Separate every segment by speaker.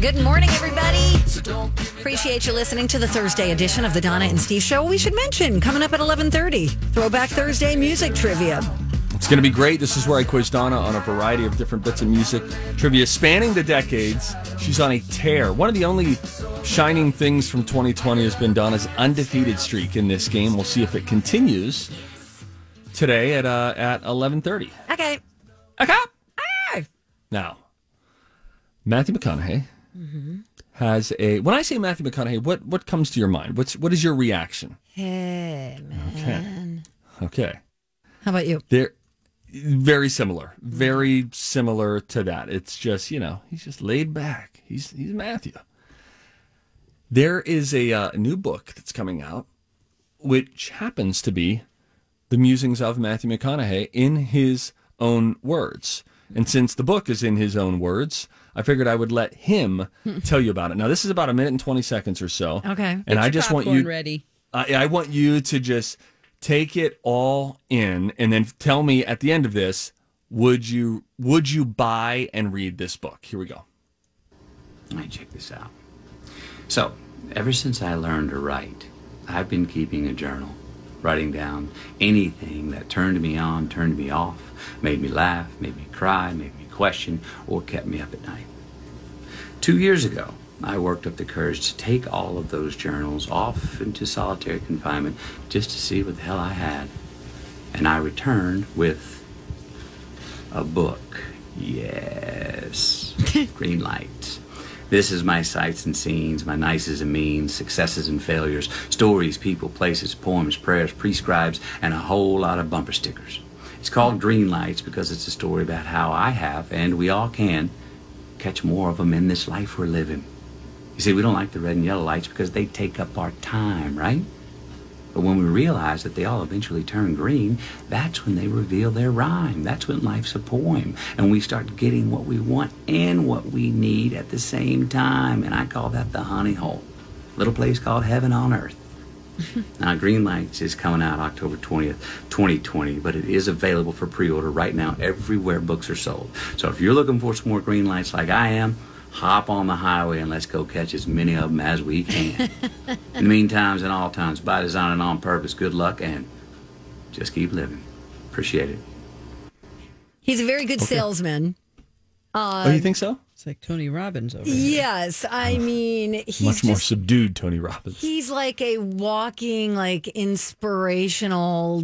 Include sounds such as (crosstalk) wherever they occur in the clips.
Speaker 1: Good morning, everybody. Appreciate you listening to the Thursday edition of the Donna and Steve Show. We should mention coming up at eleven thirty, Throwback Thursday music trivia.
Speaker 2: It's going to be great. This is where I quiz Donna on a variety of different bits of music trivia spanning the decades. She's on a tear. One of the only shining things from 2020 has been Donna's undefeated streak in this game. We'll see if it continues today at uh, at 11:30.
Speaker 1: Okay,
Speaker 2: Okay.
Speaker 1: Ah!
Speaker 2: Now, Matthew McConaughey has a. When I say Matthew McConaughey, what what comes to your mind? What's what is your reaction?
Speaker 1: hey man,
Speaker 2: Okay.
Speaker 1: how about you?
Speaker 2: They're very similar, very similar to that. It's just you know he's just laid back. He's he's Matthew. There is a uh, new book that's coming out, which happens to be the musings of Matthew McConaughey in his own words. And since the book is in his own words, I figured I would let
Speaker 1: (laughs)
Speaker 2: him tell you about it. Now this is about a minute and twenty seconds or so.
Speaker 1: Okay.
Speaker 2: and I just want
Speaker 3: popcorn
Speaker 2: you
Speaker 3: ready.
Speaker 2: I, I want you to just take it all in and then tell me at the end of this would you would you buy and read this book here we go
Speaker 4: All right, check this out. So, ever since I learned to write, I've been keeping a journal, writing down anything that turned me on, turned me off, made me laugh, made me cry, made me question, or kept me up at night. Two years ago, I worked up the courage to take all of those journals off into solitary confinement just to see what the hell I had. And I returned with a book. Yes. (laughs) Green light. This is my sights and scenes, my nices and means, successes and failures, stories, people, places, poems, prayers, prescribes, and a whole lot of bumper stickers. It's called Green Lights because it's a story about how I have, and we all can, catch more of them in this life we're living. You see, we don't like the red and yellow lights because they take up our time, right? But when we realize that they all eventually turn green, that's when they reveal their rhyme. That's when life's a poem. And we start getting what we want and what we need at the same time. And I call that the honey hole. Little place called heaven on earth. now, Green Lights is coming out October 20th, 2020, but it is available for pre order right now everywhere books are sold. So if you're looking for some more Green Lights like I am, hop on the highway and let's go catch as many of them as we can. In the mean times and all times, by design and on purpose, good luck and just keep living. Appreciate it.
Speaker 1: He's a very good salesman.
Speaker 2: oh
Speaker 1: Uh,
Speaker 2: you think so
Speaker 3: It's like Tony Robbins over here.
Speaker 1: Yes, I mean he's
Speaker 2: much more
Speaker 1: just-
Speaker 2: subdued tony robbins
Speaker 1: He's like a walking, like inspirational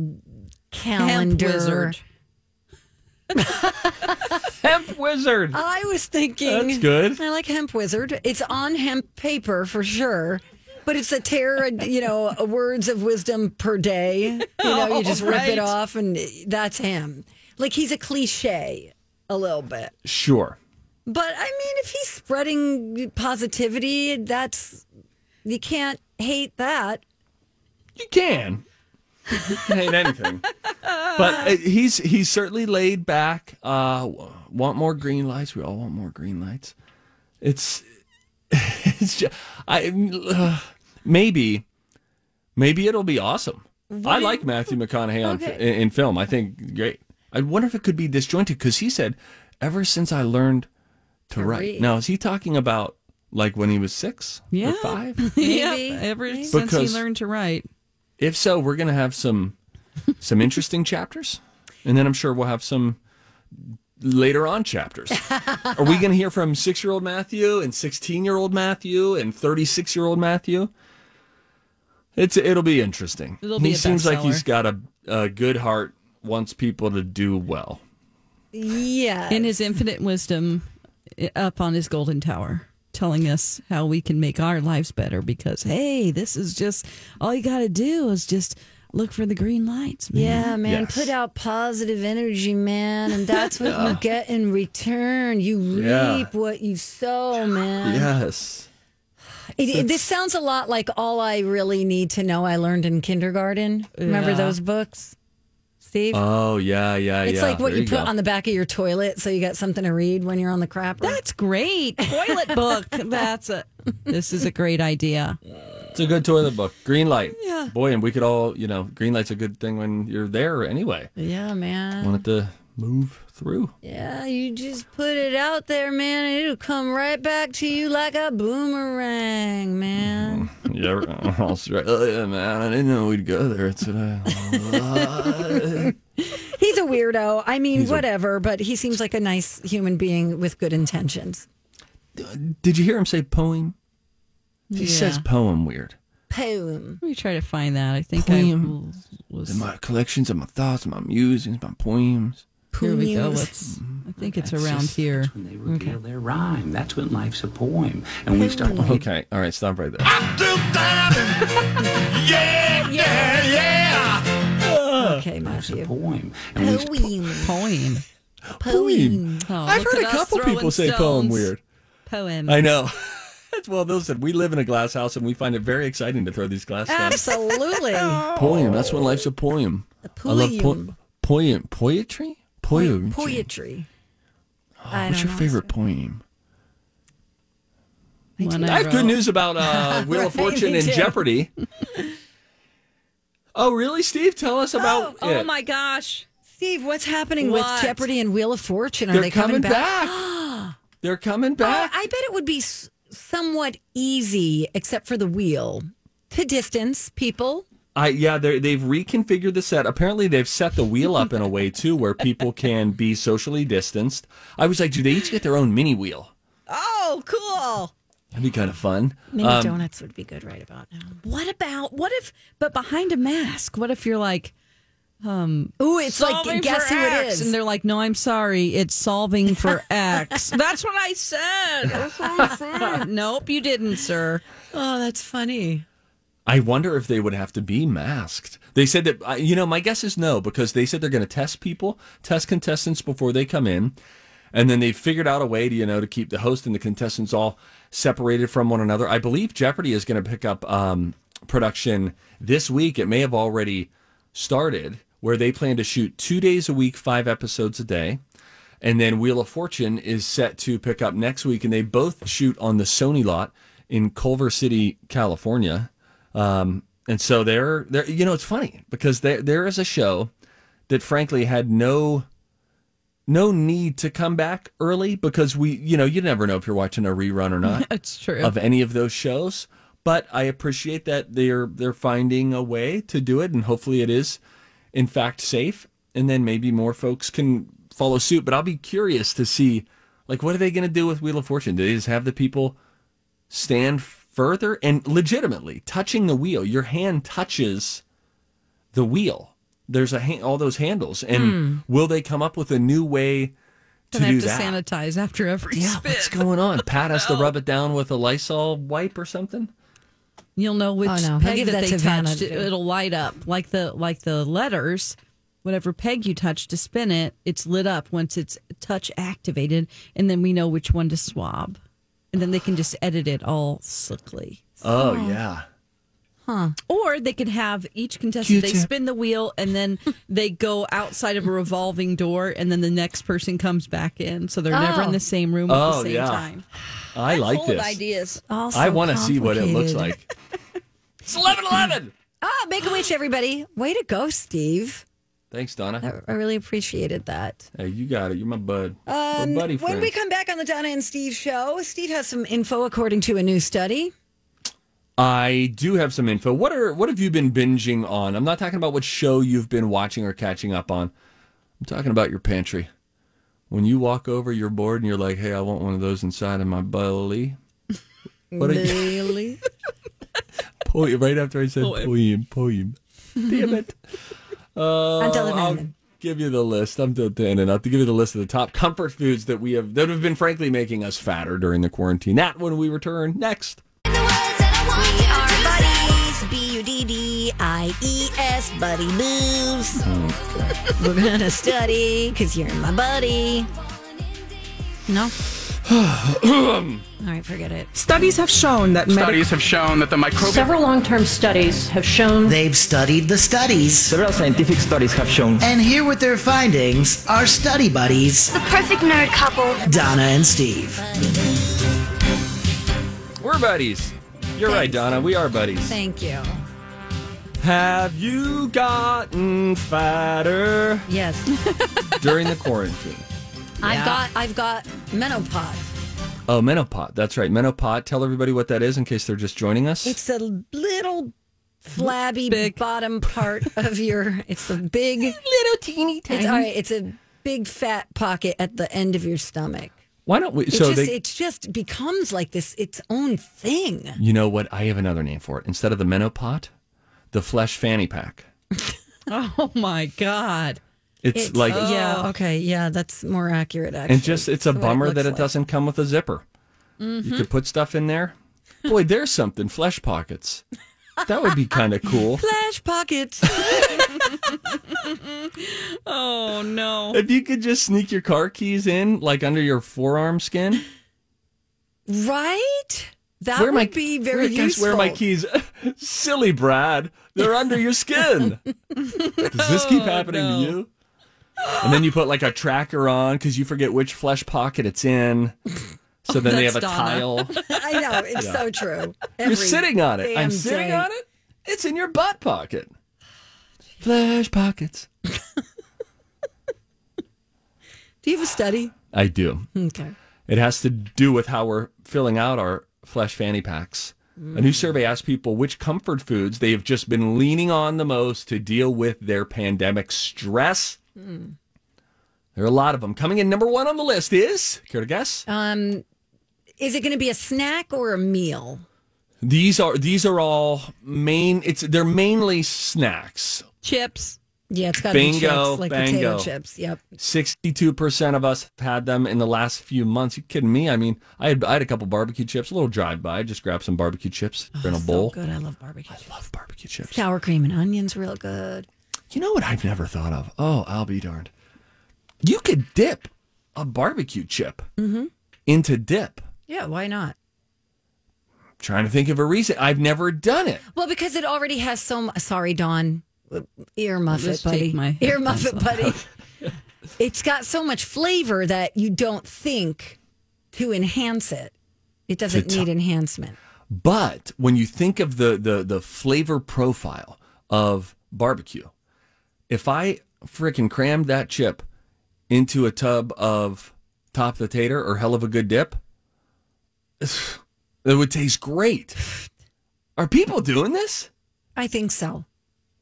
Speaker 1: calendar.
Speaker 3: Hemp (laughs) wizard.
Speaker 2: hemp wizard
Speaker 1: I was thinking
Speaker 2: That's good.
Speaker 1: I like hemp wizard. It's on hemp paper for sure. But it's a tear, you know, words of wisdom per day. You
Speaker 2: (laughs)
Speaker 1: know, you
Speaker 2: Oh,
Speaker 1: just rip
Speaker 3: Right.
Speaker 1: it off, and that's him. Like he's a cliche a little bit.
Speaker 2: sure
Speaker 1: But I mean, if he's spreading positivity, that's you can't hate that.
Speaker 2: you can you can hate anything but uh, he's he's certainly laid back uh w- want more green lights we all want more green lights it's (laughs) it's just, i uh, maybe maybe it'll be awesome i like matthew mcconaughey on,
Speaker 1: Okay.
Speaker 2: in, in film i think great i wonder if it could be disjointed because he said ever since i learned to, write
Speaker 1: read.
Speaker 2: now is he talking about like when he was six or five
Speaker 1: (laughs) Maybe.
Speaker 3: Yeah, ever since
Speaker 2: Because-
Speaker 3: he learned to write.
Speaker 2: if so, we're going to have some some interesting chapters, and then I'm sure we'll have some later on chapters. Are we going to hear from six year old Matthew and 16 year old Matthew and 36 year old Matthew? It's It'll be interesting.
Speaker 3: It'll
Speaker 2: he
Speaker 3: be a
Speaker 2: seems like he's
Speaker 3: bestseller.
Speaker 2: got a, a good heart, wants people to do well.
Speaker 1: Yeah.
Speaker 3: in his infinite wisdom i- up on his golden tower telling us how we can make our lives better because hey this is just all you got to do is just look for the green lights man.
Speaker 1: Yeah, man.
Speaker 2: Yes.
Speaker 1: Put out positive energy, man. And that's what you get in return. You reap
Speaker 2: Yeah.
Speaker 1: what you sow, man.
Speaker 2: Yes.
Speaker 1: It, it- this sounds a lot like all I really need to know I learned in kindergarten. Remember those books, Steve?
Speaker 2: Oh, yeah, yeah, yeah.
Speaker 1: it's like what
Speaker 2: There
Speaker 1: you, put
Speaker 2: go.
Speaker 1: on the back of your toilet so you got something to read when you're on the crapper.
Speaker 3: that's (laughs) great toilet book that's a this is a great idea
Speaker 2: It's a good toilet book. Green light. Yeah. Boy, and we could all, you know, green light's a good thing when you're there anyway.
Speaker 1: yeah, man.
Speaker 2: Want it to move through.
Speaker 1: Yeah, you just put it out there, man. and It'll come right back to you like a boomerang, man.
Speaker 2: (laughs) Yeah, that's right. Oh, yeah, man. I didn't know we'd go there today.
Speaker 1: He's a weirdo. I mean, whatever, but he seems like a nice human being with good intentions.
Speaker 2: Uh, Did you hear him say poem? He says poem weird.
Speaker 1: Boom.
Speaker 3: let me try to find that i think
Speaker 2: Poem.
Speaker 3: i was
Speaker 2: In my collections of my thoughts, my musings, my poems.
Speaker 3: here we go let's i think it's around here
Speaker 4: When they reveal their rhyme, that's when life's a poem, and we start. looking
Speaker 2: Okay, all right, stop right there.
Speaker 1: Okay,
Speaker 4: Life's a
Speaker 1: Matthew.
Speaker 4: poem, and we start
Speaker 1: Poem.
Speaker 3: poem
Speaker 1: Poem.
Speaker 3: oh,
Speaker 2: I've
Speaker 3: look
Speaker 2: heard a
Speaker 3: at us
Speaker 2: couple
Speaker 3: throwing
Speaker 2: people say poem
Speaker 3: stones.
Speaker 2: weird.
Speaker 3: poem
Speaker 2: I know. (laughs) That's well, those said we live in a glass house and we find it very exciting to throw these glass (laughs) stones.
Speaker 1: (laughs) Absolutely.
Speaker 2: Poem. That's when life's a poem. I love po-
Speaker 1: Oh. poem.
Speaker 2: poem. Poetry? Poetry.
Speaker 1: Poetry. I
Speaker 2: What's
Speaker 1: don't
Speaker 2: your
Speaker 1: know.
Speaker 2: favorite poem?
Speaker 3: One
Speaker 2: I have good
Speaker 3: wrote.
Speaker 2: news about uh,
Speaker 1: (laughs)
Speaker 2: Wheel of Fortune
Speaker 1: me
Speaker 2: and
Speaker 1: too. (laughs)
Speaker 2: Jeopardy. oh, really, Steve? Tell us about
Speaker 3: oh
Speaker 2: it.
Speaker 3: my gosh
Speaker 1: Steve, what's happening with
Speaker 3: What?
Speaker 1: Jeopardy and Wheel of Fortune? Are
Speaker 2: They're
Speaker 1: they
Speaker 2: coming
Speaker 1: coming,
Speaker 2: back.
Speaker 1: (gasps)
Speaker 2: They're coming
Speaker 1: I,
Speaker 2: back.
Speaker 1: I bet it would be s- somewhat easy, except for the wheel, to distance people.
Speaker 2: I, yeah, they're- they've reconfigured the set. Apparently, they've set the wheel up in a way too, where people can be socially distanced. I was like, do they each get their own mini wheel?
Speaker 3: oh cool
Speaker 2: That'd be kind of fun.
Speaker 1: Mini donuts would be good right about now.
Speaker 3: What about what if but behind a mask? What if you're like
Speaker 1: Ooh, it's
Speaker 3: solving
Speaker 1: like guess
Speaker 3: for
Speaker 1: who it
Speaker 3: X,
Speaker 1: is.
Speaker 3: and they're like, "No, I'm sorry, it's solving for
Speaker 1: (laughs)
Speaker 3: X." That's what I said. That's what I said. (laughs) nope, you didn't, sir.
Speaker 1: oh, that's funny.
Speaker 2: I wonder if they would have to be masked. They said that, I- you know, my guess is no, because they said they're going to test people, test contestants before they come in. And then they figured out a way to, you know, to keep the host and the contestants all separated from one another. I believe Jeopardy is going to pick up um, production this week. It may have already started, where they plan to shoot two days a week, five episodes a day. And then Wheel of Fortune is set to pick up next week, and they both shoot on the Sony lot in Culver City, California. Um, and so they're, they're, you know, it's funny because there there is a show that frankly had no no need to come back early because we, you know, you never know if you're watching a rerun or not
Speaker 3: It's true.
Speaker 2: of any of those shows. But I appreciate that they're they're finding a way to do it, and hopefully it is, in fact, safe. And then maybe more folks can follow suit. But I'll be curious to see, like, what are they going to do with Wheel of Fortune? Do they just have the people stand further and legitimately touching the wheel? Your hand touches the wheel. There's a ha- all those handles, and will they come up with a new way to
Speaker 3: and
Speaker 2: do
Speaker 3: I Hmm. have to
Speaker 2: that?
Speaker 3: sanitize after every
Speaker 2: Yeah,
Speaker 3: spit.
Speaker 2: what's going on? Pat has to rub it down with a Lysol wipe or something.
Speaker 3: You'll know which
Speaker 1: Oh, no. He'll
Speaker 3: peg
Speaker 1: give
Speaker 3: that,
Speaker 1: that
Speaker 3: they
Speaker 1: to Vanna
Speaker 3: touched.
Speaker 1: to do.
Speaker 3: It, will light up like the like the letters. Whatever peg you touch to spin it, it's lit up once it's touch activated, and then we know which one to swab, and then they can just edit it all slickly.
Speaker 2: Oh yeah,
Speaker 3: Or they could have each contestant they spin the wheel
Speaker 1: (laughs)
Speaker 3: and then they go outside of a revolving door and then the next person comes back in, so they're never in the same room at
Speaker 2: Oh,
Speaker 3: the same
Speaker 2: yeah.
Speaker 3: time.
Speaker 2: I like
Speaker 3: Full
Speaker 2: this.
Speaker 3: of ideas.
Speaker 1: Also
Speaker 2: I want to see what it looks
Speaker 1: complicated.
Speaker 2: like. it's eleven eleven.
Speaker 1: Ah, make a wish, everybody. Way to go, Steve.
Speaker 2: Thanks, Donna.
Speaker 1: I I really appreciated that.
Speaker 2: Hey, you got it. You're my bud. We're buddy
Speaker 1: when
Speaker 2: friends.
Speaker 1: we come back on the Donna and Steve show, Steve has some info according to a new study.
Speaker 2: I do have some info. What are what have you been binging on? I'm not talking about what show you've been watching or catching up on. I'm talking about your pantry. when you walk over, you're bored, and you're like, "Hey, I want one of those inside of my belly." What are you (laughs)
Speaker 3: Really?
Speaker 2: poem? Right after I said poem, poem.
Speaker 1: (laughs)
Speaker 2: Damn it!
Speaker 1: Until then,
Speaker 2: Uh, I'll give you the list. I'm done and I'll give you the list of the top comfort foods that we have that have been frankly making us fatter during the quarantine. That when we return next.
Speaker 1: we are buddies. B U D D I E S, buddy moves. We're gonna study because you're my buddy.
Speaker 2: (laughs)
Speaker 1: No. All right, forget it.
Speaker 5: Studies have shown that medical
Speaker 6: Studies have shown that the microbial
Speaker 7: Several long term studies have shown
Speaker 8: They've studied the studies.
Speaker 9: Several scientific studies have shown
Speaker 8: And here with their findings are study buddies,
Speaker 7: the perfect nerd couple.
Speaker 8: Donna and Steve.
Speaker 2: We're buddies. You're right, Donna. We are buddies.
Speaker 1: Thank you.
Speaker 2: Have you gotten
Speaker 1: (laughs)
Speaker 2: fatter
Speaker 1: Yes,
Speaker 2: during the quarantine?
Speaker 1: I've got I've got menopause.
Speaker 2: Oh, menopod. That's right, menopod. Tell everybody what that is in case they're just joining us.
Speaker 1: It's a little flabby bottom part of your. It's a big (laughs) little teeny tiny. It's, all right, it's a big fat pocket at the end of your stomach.
Speaker 2: Why don't we?
Speaker 1: It
Speaker 2: so
Speaker 1: just
Speaker 2: they.
Speaker 1: it just becomes like this its own thing.
Speaker 2: you know what? I have another name for it. Instead of the menopod, the flesh fanny pack.
Speaker 3: Oh my god!
Speaker 2: It's, like
Speaker 1: yeah, okay, yeah, that's more accurate. Actually,
Speaker 2: and just it's a
Speaker 1: That's what
Speaker 2: bummer that
Speaker 1: looks
Speaker 2: it
Speaker 1: like.
Speaker 2: doesn't come with a zipper. You could put stuff in there. Boy, there's something. Flesh pockets. That would be kind of cool.
Speaker 1: Flash (laughs) pockets.
Speaker 3: Oh no!
Speaker 2: if you could just sneak your car keys in, like under your forearm skin.
Speaker 1: right? That
Speaker 2: Where
Speaker 1: would
Speaker 2: are my-
Speaker 1: be
Speaker 2: where-
Speaker 1: very
Speaker 2: guys,
Speaker 1: useful.
Speaker 2: Where are my keys? (laughs) Silly Brad, they're under
Speaker 1: (laughs)
Speaker 2: your skin. Does this
Speaker 1: Oh,
Speaker 2: keep happening to you? And then you put like a tracker on because you forget which flesh pocket it's in.
Speaker 1: (laughs)
Speaker 2: So then they
Speaker 3: that's
Speaker 2: have a
Speaker 3: Donna.
Speaker 2: tile.
Speaker 1: (laughs) I know, it's so true.
Speaker 2: You're
Speaker 1: Every
Speaker 2: sitting on it. I'm
Speaker 1: damn
Speaker 2: sitting
Speaker 1: day.
Speaker 2: on it. It's in your butt pocket. Flesh pockets.
Speaker 1: Do you have a study?
Speaker 2: I do.
Speaker 1: Okay.
Speaker 2: It has to do with how we're filling out our flesh fanny packs. A new survey asked people which comfort foods they have just been leaning on the most to deal with their pandemic stress. There are a lot of them. Coming in number one on the list is, care to guess?
Speaker 1: Uh, Um, Is it going to be a snack or a meal?
Speaker 2: these are these are all main. It's they're mainly snacks.
Speaker 3: Chips.
Speaker 1: Yeah, it's got to be chips,
Speaker 2: Bingo,
Speaker 1: like potato
Speaker 2: bango.
Speaker 1: chips. Yep.
Speaker 2: Sixty-two percent of us have had them in the last few months. You kidding me? I mean, I had I had a couple barbecue chips, a little drive-by. Just grab some barbecue chips in a bowl.
Speaker 1: Oh, Good. I love barbecue.
Speaker 2: Love barbecue chips.
Speaker 1: Sour cream and onions, real good.
Speaker 2: You know what I've never thought of? Oh, I'll be darned. You could dip a barbecue chip into dip.
Speaker 1: Yeah, why not?
Speaker 2: trying to think of a reason. I've never done it.
Speaker 1: Well, because it already has so. Mu- Sorry, Don. Ear muffet,
Speaker 3: just
Speaker 1: buddy.
Speaker 3: take my
Speaker 1: Ear
Speaker 3: headphones
Speaker 1: muffet, buddy. (laughs) it's got so much flavor that you don't think to enhance it. It doesn't need enhancement.
Speaker 2: But when you think of the the the flavor profile of barbecue, if I frickin' crammed that chip into a tub of top the tater or hell of a good dip, (sighs) it would taste great. Are people doing this?
Speaker 1: I think so.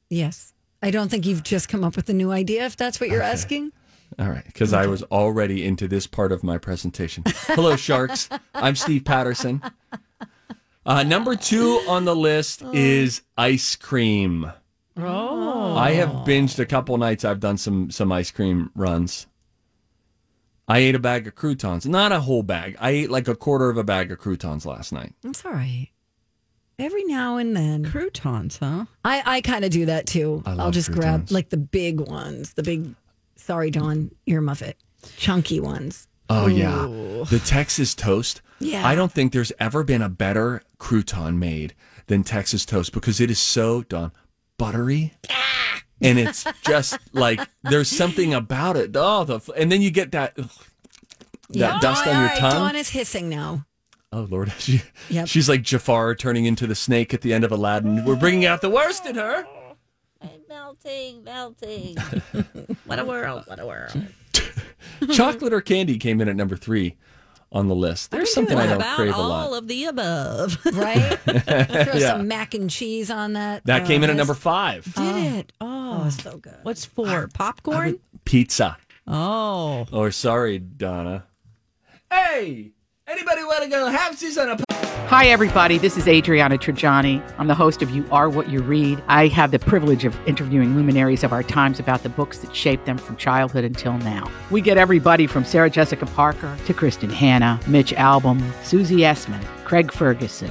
Speaker 1: Yes. I don't think you've just come up with a new idea. If that's what you're asking.
Speaker 2: All right, because I was already into this part of my presentation. Hello, sharks. I'm Steve Patterson. Uh, number two on the list is ice cream. Oh, I have binged a couple nights. I've done some some ice cream runs. I ate a bag of croutons, not a whole bag. I ate like a quarter of a bag of croutons last night.
Speaker 1: That's all right. Every now and then,
Speaker 3: Croutons, huh?
Speaker 1: I, I kind of do that too.
Speaker 2: I
Speaker 1: I'll
Speaker 2: love
Speaker 1: just grab
Speaker 2: croutons.
Speaker 1: like the big ones, the big, sorry, Dawn, ear muffet, chunky ones.
Speaker 2: Oh yeah, the Texas toast.
Speaker 1: Yeah.
Speaker 2: I don't think there's ever been a better crouton made than Texas toast because it is so darn buttery, and it's just like there's something about it. Oh, the and then you get that that dust on
Speaker 1: All
Speaker 2: your
Speaker 1: right,
Speaker 2: tongue.
Speaker 1: Dawn is hissing now.
Speaker 2: oh Lord, (laughs) she,
Speaker 1: Yep.
Speaker 2: she's like Jafar turning into the snake at the end of Aladdin. We're bringing out the worst in her.
Speaker 7: Melting, melting.
Speaker 2: (laughs)
Speaker 7: what a world, what a world.
Speaker 2: Chocolate or candy came in at number three on the list. There's something I don't
Speaker 3: about
Speaker 2: crave a lot.
Speaker 3: all of
Speaker 7: (laughs)
Speaker 3: the above.
Speaker 2: (laughs)
Speaker 1: Right? Throw some mac and cheese on that.
Speaker 2: that came in at
Speaker 1: Uh,
Speaker 2: number five.
Speaker 3: Did it? Oh,
Speaker 1: Oh, so good.
Speaker 2: Ah,
Speaker 3: what's for popcorn?
Speaker 2: Pizza.
Speaker 3: Oh,
Speaker 2: Or sorry, Donna. Hey, anybody want to go have this on a
Speaker 6: Hi, everybody. This is Adriana Trajani. I'm the host of You Are What You Read. I have the privilege of interviewing luminaries of our times about the books that shaped them from childhood until now. We get everybody from Sarah Jessica Parker to Kristen Hanna, Mitch Albom, Susie Essman, Craig Ferguson,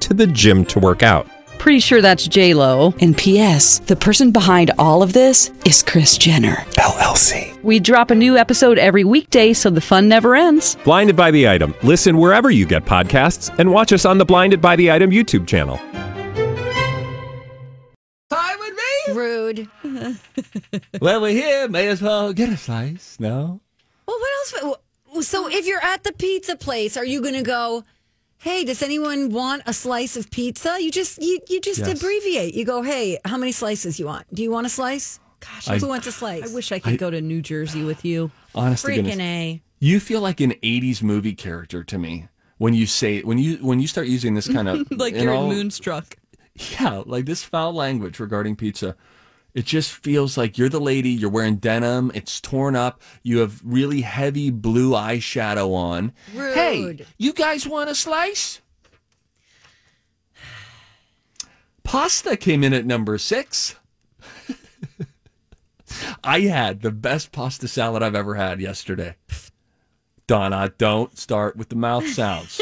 Speaker 9: to the gym to work out.
Speaker 3: Pretty sure that's J Lo. And P.S. The person behind all of this is Chris Jenner.
Speaker 9: LLC.
Speaker 3: We drop a new episode every weekday, so the fun never ends.
Speaker 9: Blinded by the item. Listen wherever you get podcasts, and watch us on the Blinded by the Item YouTube channel.
Speaker 2: time with me?
Speaker 1: Rude.
Speaker 2: well, we're here. May as well get a slice. No.
Speaker 1: Well, what else? w- So, if you're at the pizza place, are you going to go? Hey, does anyone want a slice of pizza? You just you, you just
Speaker 2: Yes.
Speaker 1: abbreviate. You go, hey, how many slices you want? Do you want a slice? Gosh,
Speaker 2: I-
Speaker 1: who wants a slice?
Speaker 3: I wish I could
Speaker 2: I-
Speaker 3: go to New Jersey with you.
Speaker 2: Honest to
Speaker 7: Freaking
Speaker 2: goodness.
Speaker 7: A.
Speaker 2: You feel like an 80s movie character to me when you say when you when you start using this kind of
Speaker 3: Like
Speaker 2: in
Speaker 3: you're
Speaker 2: all-
Speaker 3: moonstruck.
Speaker 2: (laughs) Yeah, like this foul language regarding pizza. It just feels like you're the lady, you're wearing denim, it's torn up, you have really heavy blue eyeshadow on. Hey,
Speaker 1: Rude.
Speaker 2: you guys want a slice? (sighs) Pasta came in at number six. (laughs) I had the best pasta salad I've ever had yesterday. Donna, don't start with the mouth sounds.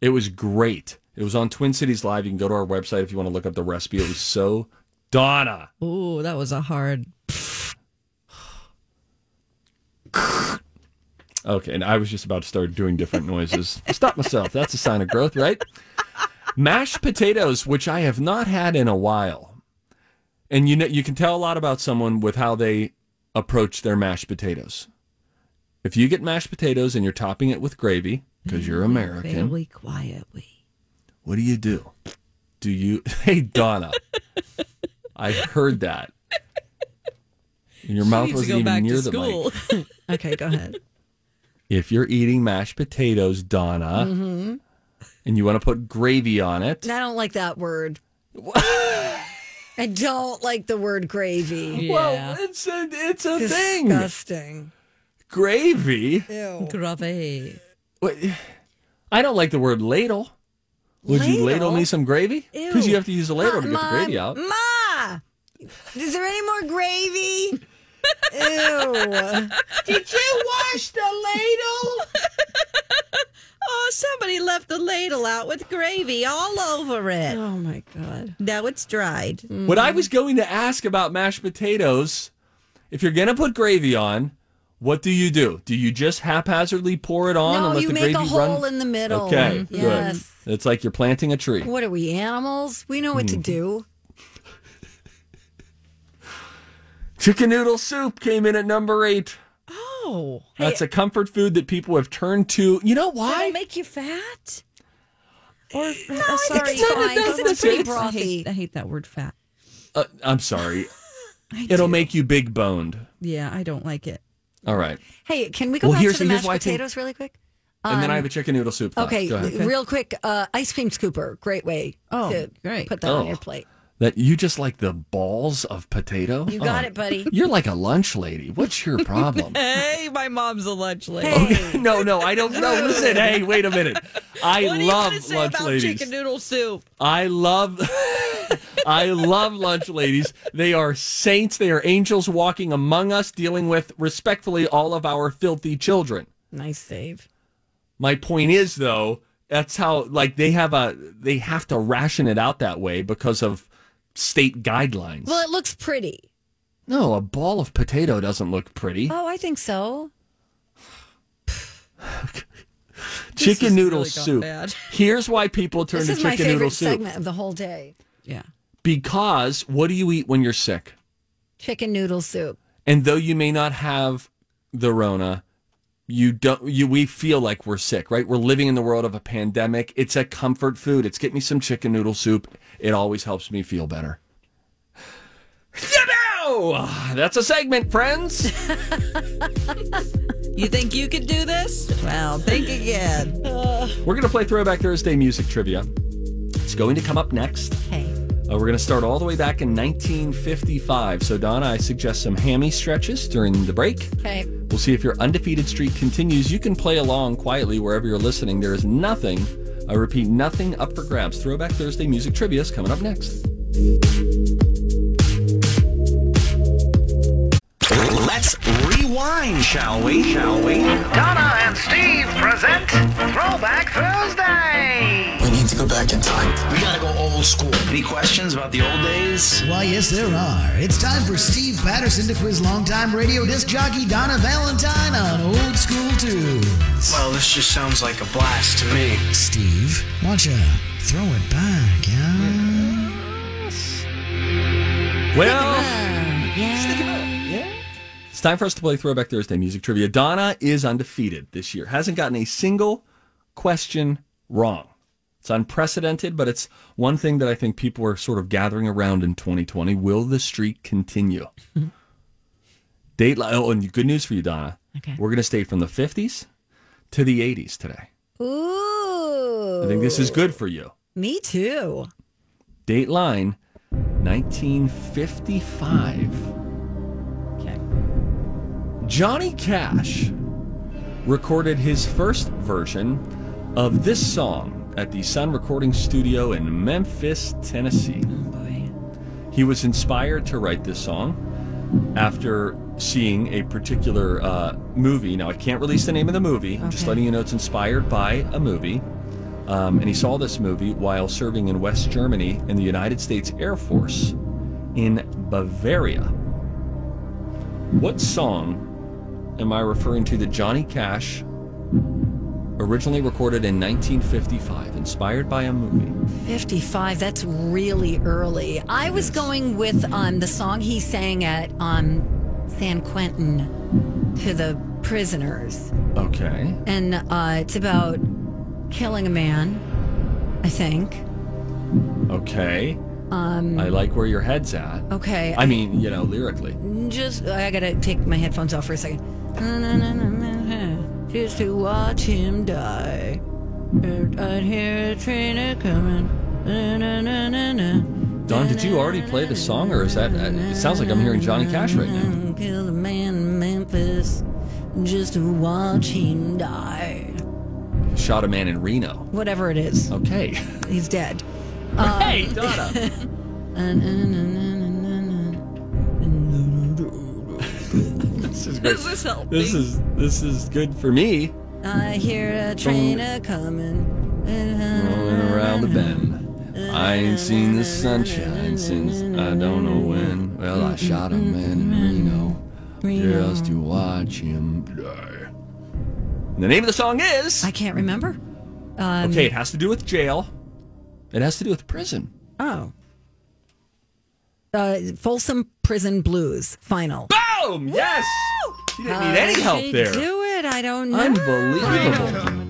Speaker 2: It was great. It was on Twin Cities Live. You can go to our website if you want to look up the recipe. It was so Donna.
Speaker 3: Oh, that was a hard.
Speaker 2: Okay, and I was just about to start doing different noises. Stop myself. That's a sign of growth, right? Mashed potatoes, which I have not had in a while. And you know you can tell a lot about someone with how they approach their mashed potatoes. If you get mashed potatoes and you're topping it with gravy, because you're American,
Speaker 3: Very quietly.
Speaker 2: What do you do? Do you? (laughs) Hey, Donna. I heard that. And your mouth wasn't even near the mic.
Speaker 3: okay, go ahead.
Speaker 2: If you're eating mashed potatoes, Donna,
Speaker 1: Mm-hmm.
Speaker 2: and you want to put gravy
Speaker 1: (laughs)
Speaker 2: on it,
Speaker 1: I don't like that word. I don't like the word gravy.
Speaker 2: well, it's a it's a thing.
Speaker 1: Disgusting.
Speaker 2: Gravy.
Speaker 1: Ew.
Speaker 3: Gravy.
Speaker 2: Wait, I don't like the word ladle. Would you ladle
Speaker 1: Ladle?
Speaker 2: me some gravy? Because
Speaker 1: Ew.
Speaker 2: you have to use a ladle to get the
Speaker 1: Ma,
Speaker 2: gravy out.
Speaker 1: Ma, is there any more
Speaker 2: (laughs)
Speaker 1: gravy? Ew.
Speaker 2: Did you wash the ladle?
Speaker 7: Oh, somebody left the ladle out with gravy all over it.
Speaker 3: Oh my god.
Speaker 7: Now it's dried.
Speaker 2: What I
Speaker 1: Mm-hmm.
Speaker 2: was going to ask about mashed potatoes, if you're going to put gravy on, what do you do? Do you just haphazardly pour it on
Speaker 1: No,
Speaker 2: and let
Speaker 1: you
Speaker 2: the
Speaker 1: make
Speaker 2: gravy
Speaker 1: a hole
Speaker 2: run?
Speaker 1: in the middle. Mm-hmm.
Speaker 2: Okay, good.
Speaker 1: Yes.
Speaker 2: It's like you're planting a tree.
Speaker 1: What are we, animals? We know
Speaker 2: Hmm.
Speaker 1: what to do.
Speaker 2: Chicken noodle soup came in at number eight.
Speaker 3: Oh,
Speaker 2: That's a comfort food that people have turned to. You know why?
Speaker 1: Does it make you fat?
Speaker 7: uh,
Speaker 3: or no,
Speaker 1: sorry,
Speaker 2: it's not- it
Speaker 1: fine.
Speaker 2: doesn't-
Speaker 1: It's pretty
Speaker 2: it's-
Speaker 3: I
Speaker 1: brothy.
Speaker 3: hate, I hate that word fat.
Speaker 2: uh,
Speaker 1: (laughs)
Speaker 2: I'm sorry.
Speaker 3: I
Speaker 2: It'll
Speaker 3: do.
Speaker 2: make you big boned.
Speaker 3: Yeah, I don't like it.
Speaker 2: All right.
Speaker 1: Hey, can we go
Speaker 2: Well,
Speaker 1: back
Speaker 2: here's-
Speaker 1: to the
Speaker 2: here's
Speaker 1: mashed
Speaker 2: why I think-
Speaker 1: potatoes really quick?
Speaker 2: and then I have a chicken noodle soup. thought.
Speaker 1: Um, Okay,
Speaker 2: Go ahead.
Speaker 1: real quick. Uh, ice cream scooper, great way.
Speaker 3: Oh,
Speaker 1: to
Speaker 3: great.
Speaker 1: Put that on
Speaker 2: Oh.
Speaker 1: your plate.
Speaker 2: That you just like the balls of potato.
Speaker 1: You got
Speaker 2: Oh,
Speaker 1: it, buddy.
Speaker 2: You're like a lunch lady. What's your
Speaker 1: (laughs)
Speaker 2: problem?
Speaker 3: Hey, my mom's a lunch lady.
Speaker 2: Okay. (laughs) No, no, I don't know. Listen, hey, wait a minute. I
Speaker 3: What do you
Speaker 2: love
Speaker 3: want to say
Speaker 2: lunch
Speaker 3: about
Speaker 2: ladies.
Speaker 3: chicken noodle soup?
Speaker 2: I love (laughs) I love lunch ladies. They are saints. They are angels walking among us, dealing with respectfully all of our filthy children.
Speaker 1: Nice save.
Speaker 2: My point is though, that's how like they have a they have to ration it out that way because of state guidelines.
Speaker 1: Well, it looks pretty.
Speaker 2: no, a ball of potato doesn't look pretty.
Speaker 1: Oh, I think so.
Speaker 2: chicken noodle
Speaker 3: really gone
Speaker 2: soup.
Speaker 3: bad.
Speaker 2: Here's why people turn
Speaker 1: This
Speaker 2: to
Speaker 1: is my
Speaker 2: chicken noodle
Speaker 1: favorite
Speaker 2: soup.
Speaker 1: segment of the whole day.
Speaker 3: Yeah.
Speaker 2: Because what do you eat when you're sick?
Speaker 1: Chicken noodle soup.
Speaker 2: And though you may not have the Rona. You don't. You we feel like we're sick, right? We're living in the world of a pandemic. It's a comfort food. It's get me some chicken noodle soup. It always helps me feel better. Yabbo! That's a segment, friends.
Speaker 7: You think you could do this? Well, think again.
Speaker 2: We're going to play Throwback Thursday music trivia. It's going to come up next.
Speaker 1: Hey.
Speaker 2: Uh, we're going to start all the way back in 1955. So, Donna, I suggest some hammy stretches during the break.
Speaker 1: Okay.
Speaker 2: We'll see if your undefeated streak continues. You can play along quietly wherever you're listening. There is nothing, I repeat, nothing up for grabs. Throwback Thursday music trivia is coming up next.
Speaker 10: Let's rewind, shall we? Shall we?
Speaker 11: Donna and Steve present Throwback Thursday.
Speaker 10: We need to go back in time. We gotta go old school. Any questions about the old days?
Speaker 8: Why, yes, there are. It's time for Steve Patterson to quiz longtime radio disc jockey Donna Valentine on old school tunes.
Speaker 10: Well, this just sounds like a blast to me.
Speaker 8: Steve, watch ya. Throw it back, yeah?
Speaker 2: Well,
Speaker 1: yeah.
Speaker 2: It's time for us to play Throwback Thursday music trivia. Donna is undefeated this year, hasn't gotten a single question wrong. It's unprecedented, but it's one thing that I think people are sort of gathering around in 2020. Will the streak
Speaker 1: (laughs)
Speaker 2: continue? Date. Oh, and good news for you, Donna.
Speaker 1: Okay.
Speaker 2: We're going to stay from the 50s to the 80s today.
Speaker 1: Ooh.
Speaker 2: I think this is good for you.
Speaker 1: Me too.
Speaker 2: Dateline 1955.
Speaker 1: Okay.
Speaker 2: Johnny Cash recorded his first version of this song at the Sun Recording Studio in Memphis, Tennessee.
Speaker 1: Oh,
Speaker 2: He was inspired to write this song after seeing a particular uh, movie. Now, I can't release the name of the movie. I'm just
Speaker 1: Okay.
Speaker 2: letting you know it's inspired by a movie. Um, and he saw this movie while serving in West Germany in the United States Air Force in Bavaria. What song am I referring to that Johnny Cash originally recorded in 1955, inspired by a movie?
Speaker 1: 55. That's really early. I was going with um, the song he sang at um, San Quentin to the prisoners.
Speaker 2: Okay.
Speaker 1: And uh, it's about killing a man, I think.
Speaker 2: Okay.
Speaker 1: Um,
Speaker 2: I like where your head's at.
Speaker 1: Okay.
Speaker 2: I mean, you know, lyrically.
Speaker 1: Just, I gotta take my headphones off for a second. Just to watch him die. I'd hear a train a coming.
Speaker 2: Don, did you already play the song, or is that? uh, It sounds like I'm hearing Johnny Cash right now.
Speaker 1: Kill a man in Memphis just to watch him die.
Speaker 2: Shot a man in Reno.
Speaker 1: Whatever it is,
Speaker 2: Okay. (laughs)
Speaker 1: he's dead. Um,
Speaker 2: Hey, Donna.
Speaker 1: (laughs)
Speaker 2: this is great.
Speaker 1: This is helping.
Speaker 2: This is this is good for me.
Speaker 1: (laughs) I hear a train a coming.
Speaker 2: Rolling around the bend. I ain't seen the sunshine since I don't know when. Well, I shot a man in Reno just to watch him die. And the name of the song is.
Speaker 1: I can't remember. Um,
Speaker 2: Okay, it has to do with jail. It has to do with prison.
Speaker 1: Oh. Uh, Folsom Prison Blues final.
Speaker 2: Boom! Yes! You didn't need any
Speaker 1: Oh, How
Speaker 2: help
Speaker 1: she
Speaker 2: there.
Speaker 1: Do it. I don't know.
Speaker 2: Unbelievable.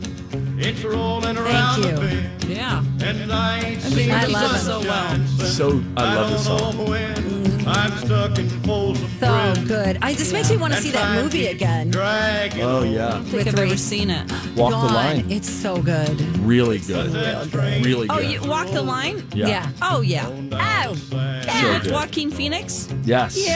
Speaker 11: It's rolling around
Speaker 1: Thank
Speaker 11: the
Speaker 1: you.
Speaker 11: bend,
Speaker 7: Yeah.
Speaker 11: and I ain't
Speaker 7: I mean,
Speaker 11: seen
Speaker 7: I
Speaker 11: the
Speaker 7: love it.
Speaker 11: sunshine
Speaker 7: So well.
Speaker 11: since
Speaker 2: So I love this
Speaker 11: don't
Speaker 2: song.
Speaker 11: know when. I'm stuck in Folsom
Speaker 1: So
Speaker 11: Prison.
Speaker 1: good. I this makes me want to see that movie again.
Speaker 11: Dragging
Speaker 2: Oh yeah.
Speaker 7: I think
Speaker 1: With
Speaker 7: I've
Speaker 1: Ray-
Speaker 7: ever seen it.
Speaker 2: Walk the
Speaker 1: Gone.
Speaker 2: line.
Speaker 1: It's so good.
Speaker 2: Really good. Really
Speaker 7: Oh,
Speaker 2: good.
Speaker 7: you walk the line?
Speaker 2: Yeah. Mm.
Speaker 1: Yeah.
Speaker 7: Oh yeah.
Speaker 1: Oh,
Speaker 7: Yeah, with
Speaker 2: good.
Speaker 7: Joaquin Phoenix.
Speaker 2: Yes. Reese